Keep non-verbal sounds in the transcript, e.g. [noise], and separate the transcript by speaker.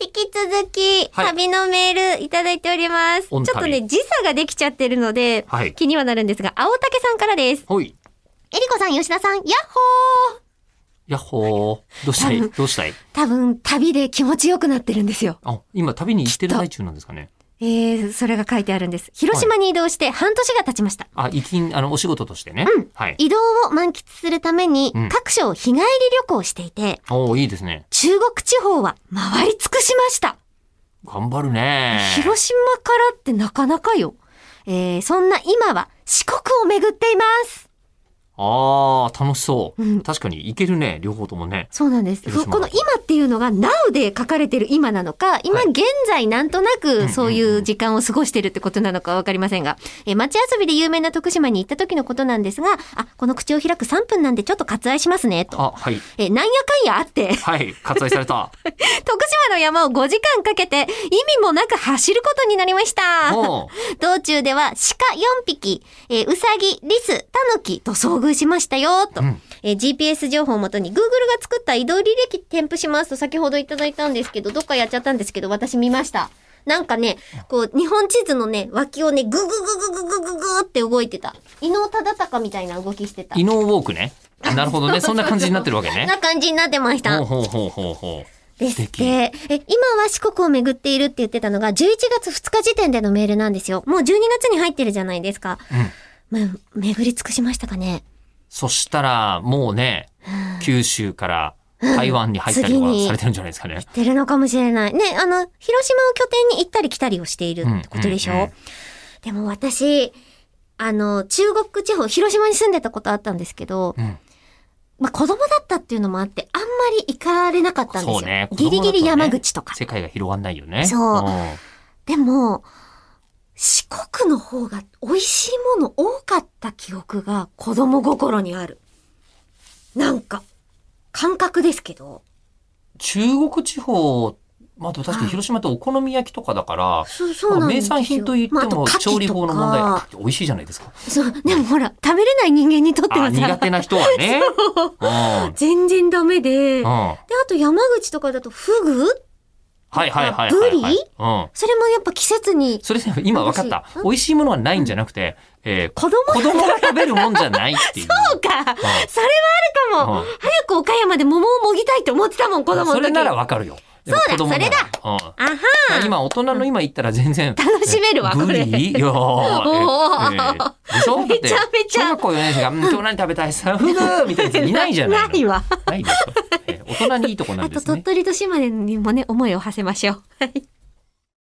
Speaker 1: 引き続き、
Speaker 2: はい
Speaker 1: 旅のメールいただいております。ちょ
Speaker 2: 御
Speaker 1: っ
Speaker 2: 旅
Speaker 1: とね、時差ができちゃってるので、
Speaker 2: はい
Speaker 1: 気にはなるんですが、青竹さんからです。
Speaker 2: ほい。
Speaker 1: えりこさん、吉田さん、ヤッホー
Speaker 2: やっほー。どうした
Speaker 1: あの
Speaker 2: いどうしたい
Speaker 1: 多分、旅で気持ちよくなってるんですよ。
Speaker 2: あ、今旅に行ってる最中なんですかね。
Speaker 1: えー、それが書いてあるんです。広島に移動して半年が経ちました。
Speaker 2: あ、行きん、あの、お仕事としてね。はい。
Speaker 1: 移動を満喫するために
Speaker 2: うん、
Speaker 1: 各所を日帰り旅行していて、
Speaker 2: おーいいですね。
Speaker 1: 中国地方は回り尽くしました。
Speaker 2: 頑張るね。
Speaker 1: 広島からってなかなかよ。えー、そんな今は四国を巡っています。
Speaker 2: あー、楽しそう。
Speaker 1: うん
Speaker 2: 確かに行けるね、両方ともね。
Speaker 1: そうなんです。
Speaker 2: 広
Speaker 1: そ
Speaker 2: 島
Speaker 1: この今っていうのが Now で書かれてる今なのか、今
Speaker 2: はい
Speaker 1: 現在なんとな
Speaker 2: うんうん
Speaker 1: くそういう時間を過ごしてるってことなのかわかりませんが、えー街遊びで有名な徳島に行った時のことなんですが、あ、この口を開く3分なんでちょっと割愛しますね、と。
Speaker 2: あ、はい。
Speaker 1: えーなんやかんやあって、 [laughs]
Speaker 2: はい、割愛された。
Speaker 1: 徳島の山を5時間かけて意味もなく走ることになりました。
Speaker 2: おー
Speaker 1: [laughs] 道中では鹿4匹、えーうさぎ、リス、タヌキと遭遇しましたよ、と。
Speaker 2: うん
Speaker 1: えー GPS 情報をもとに Google が作った移動履歴添付しますと先ほどいただいたんですけど、どっかやっちゃったんですけど、私見ました。なんかね、こう、日本地図のね、脇をね、ぐぐぐぐぐぐぐぐって動いてた。伊能忠敬みたいな動きしてた。
Speaker 2: 異能ウォークね。なるほどね。そんな感じになってるわけね。
Speaker 1: な感じになってました
Speaker 2: ほう。ほうほうほうほう。
Speaker 1: ですって。え、今は四国を巡っているって言ってたのが、11月2日時点でのメールなんですよ。もう12月に入ってるじゃないですか。まあ、巡り尽くしましたかね。
Speaker 2: そしたら、もうね、九州から台湾に入ったり
Speaker 1: 次
Speaker 2: は
Speaker 1: に
Speaker 2: されてるんじゃないですかね。
Speaker 1: 出るのかもしれない。ね、あの、広島を拠点に行ったり来たりをしているってことでしょ、
Speaker 2: うんうんうん
Speaker 1: でも私、あの、中国地方、広島に住んでたことあったんですけど、
Speaker 2: うん
Speaker 1: まあ子供だったっていうのもあって、あんまり行かれなかったんですよ。
Speaker 2: そうね。
Speaker 1: ギリギリ
Speaker 2: 子供だとね
Speaker 1: 山口とか。
Speaker 2: 世界が広がんないよね。
Speaker 1: そうんでも、四国の方が美味しいもの多かった記憶が子供心にある。なんか、感覚ですけど。
Speaker 2: 中国地方、まあでも確かに広島ってお好み焼きとかだから、
Speaker 1: そう、そうなん
Speaker 2: 名
Speaker 1: ですよ。
Speaker 2: 産品といって
Speaker 1: まああ
Speaker 2: も
Speaker 1: 牡蠣
Speaker 2: 調理法の問
Speaker 1: と
Speaker 2: 題、
Speaker 1: か
Speaker 2: あ美味しいじゃな
Speaker 1: [laughs]
Speaker 2: いですか。
Speaker 1: そう、でもほら、食べれない人間にとって
Speaker 2: あ、
Speaker 1: は
Speaker 2: 苦
Speaker 1: さ、
Speaker 2: 手な人は
Speaker 1: [laughs]
Speaker 2: ね。うん。
Speaker 1: 全然ダメで、で、あ
Speaker 2: うん。
Speaker 1: と山口とかだとフグ
Speaker 2: はいはいはいはい、は
Speaker 1: ブ
Speaker 2: い。
Speaker 1: リ
Speaker 2: うん。
Speaker 1: それもやっぱ季節に、
Speaker 2: それでも今分かった
Speaker 1: うん。
Speaker 2: 美味しいものはないんじゃなくて、えー、
Speaker 1: 子供
Speaker 2: 子供が食べるもんじゃないっていう。
Speaker 1: そうか、
Speaker 2: ん
Speaker 1: それはあるかも、
Speaker 2: うん
Speaker 1: 早く岡山で桃をもぎたいって思ってたもん、子供の時。
Speaker 2: それならわかるよ。でも
Speaker 1: そうだ
Speaker 2: 子供なら
Speaker 1: それ
Speaker 2: うん
Speaker 1: あは
Speaker 2: まあ今大人の今言ったら全然。
Speaker 1: 楽しめるわ
Speaker 2: え
Speaker 1: これ
Speaker 2: ブリいや
Speaker 1: お
Speaker 2: ー
Speaker 1: ー
Speaker 2: ええでしょだって
Speaker 1: めちゃめちゃ
Speaker 2: 小学校4年生が、うん、今日何食べたいさ、ふぐーみたいなやついないじゃない
Speaker 1: [laughs]
Speaker 2: の。
Speaker 1: ないわ。
Speaker 2: ないでしょ。ええ大人にいいとこな
Speaker 1: あ
Speaker 2: んで
Speaker 1: と
Speaker 2: す
Speaker 1: 鳥
Speaker 2: ね。
Speaker 1: 取と島根にもね、思いを馳せましょう。はい